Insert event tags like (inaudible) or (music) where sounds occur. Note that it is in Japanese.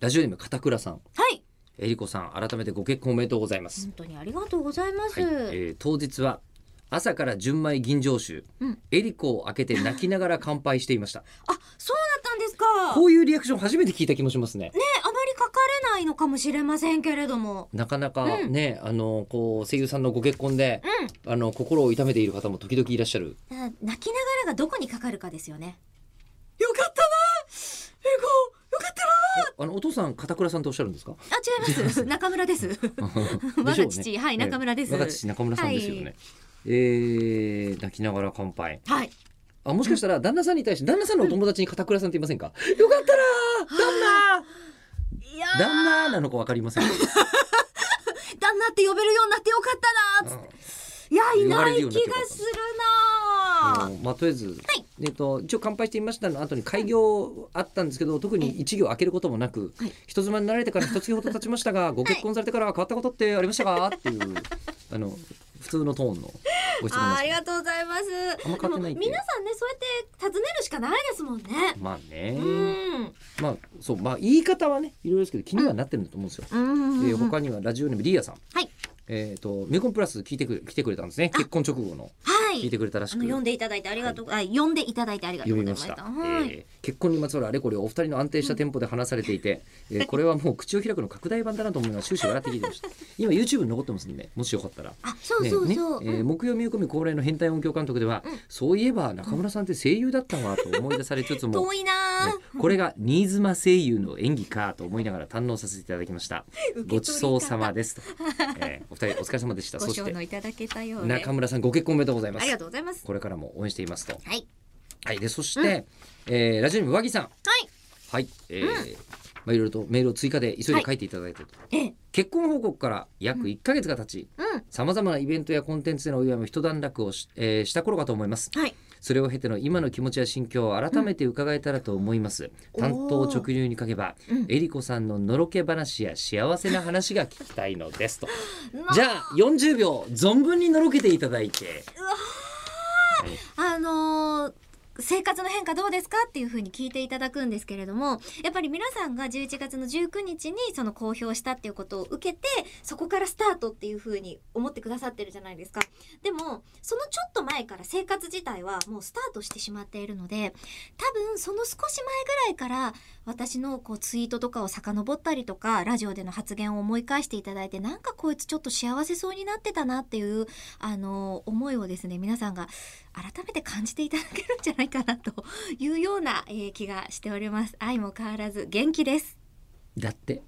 ラジオネーム片倉さんはいえりこさん改めてご結婚おめでとうございます、本当にありがとうございます、はいえー当日は朝から純米吟醸酒、うんえりこを開けて泣きながら乾杯していま (laughs) したあそうだったんですかこういうリアクション初めて聞いた気もしますねねあまり書かれないのかもしれませんけれどもなかなかね、あのこう声優さんのご結婚で、あの心を痛めている方も時々いらっしゃるだから泣きながらがどこにかかるかですよねよかったなエゴよかったなあのお父さん片倉さんとおっしゃるんです (laughs) かあ違います中村です我がでしょう父はい中村です我が父中村さんですよね、はいえー泣きながら乾杯はいあもしかしたら旦那さんに対して旦那さんのお友達に片倉さんっていませんか、よかったら旦いや那ー旦那なのかわかりませ (laughs) ん旦那って呼べるようになってよかったなーっついやい呼ばなれるよいうになっ気てよがかったするなあーのまあとりあえず、いえっと一応乾杯してみましたの後に開業あったんですけど特に一行開けることもなく、はい人妻になられてから一月ほど経ちましたが、ご結婚されてから変わったことってありましたかっていう (laughs) あの普通のトーンのご質問あーですねありがとうございまあすんま変わってないでってもいう皆さんねそうやって尋ねるしかないですもんねまあね、うんまあそうまあ言い方はねいろいろですけど気にはなってるんだと思うんですよ、うんえー他にはラジオネームリーヤさんはいえっ、とメコンプラス聞いてくれ来てくれたんですね結婚直後のはい聞いてくれたらしあくの読んでいただいてありがとう、あ読んでいただいてありがとう読ごみざいままししたた。えー結婚にまつわるあれこれをお二人の安定したテンポで話されていて、えーこれはもう口を開くの拡大版だなと思いながら終始笑って聞いてま (laughs) した今 YouTube に残ってますんでもしよかったら。あ、そうそうそう。ねねえー木曜見込み恒例の変態音響監督では、うんそういえば中村さんって声優だったわと思い出されつつも、遠いなねー。これが新妻声優の演技かと思いながら堪能させていただきました受け取り方ごちそうさまですと、えーお二人お疲れ様でしたそごし承て諾いただけたようで。中村さんご結婚おめでとうございまありすがとうございます。これからも応援していますとはい。はい、で、そして、えーラジオネーム和木さん。はい。はい、えーまあ、いろいろとメールを追加で急いで書いていただいたと。ええ、結婚報告から約1ヶ月が経ち、うん。さまざまなイベントやコンテンツでのお祝いも一段落をし,、えーした頃かと思います。はい。それを経ての今の気持ちや心境を改めて伺えたらと思います。おー担当直入に書けば、うんえりこさんののろけ話や幸せな話が聞きたいのですと。まあじゃあ、40秒存分にのろけていただいて。あのー生活の変化どうですかっていうふうに聞いていただくんですけれどもやっぱり皆さんが11月の19日にその公表したっていうことを受けてそこからスタートっていうふうに思ってくださってるじゃないですかでもそのちょっと前から生活自体はもうスタートしてしまっているので多分その少し前ぐらいから私のこうツイートとかを遡ったりとかラジオでの発言を思い返していただいてなんかこいつちょっと幸せそうになってたなっていうあの思いをですね皆さんが改めて感じていただけるんじゃないかなというような、えー気がしております愛も変わらず元気ですだって。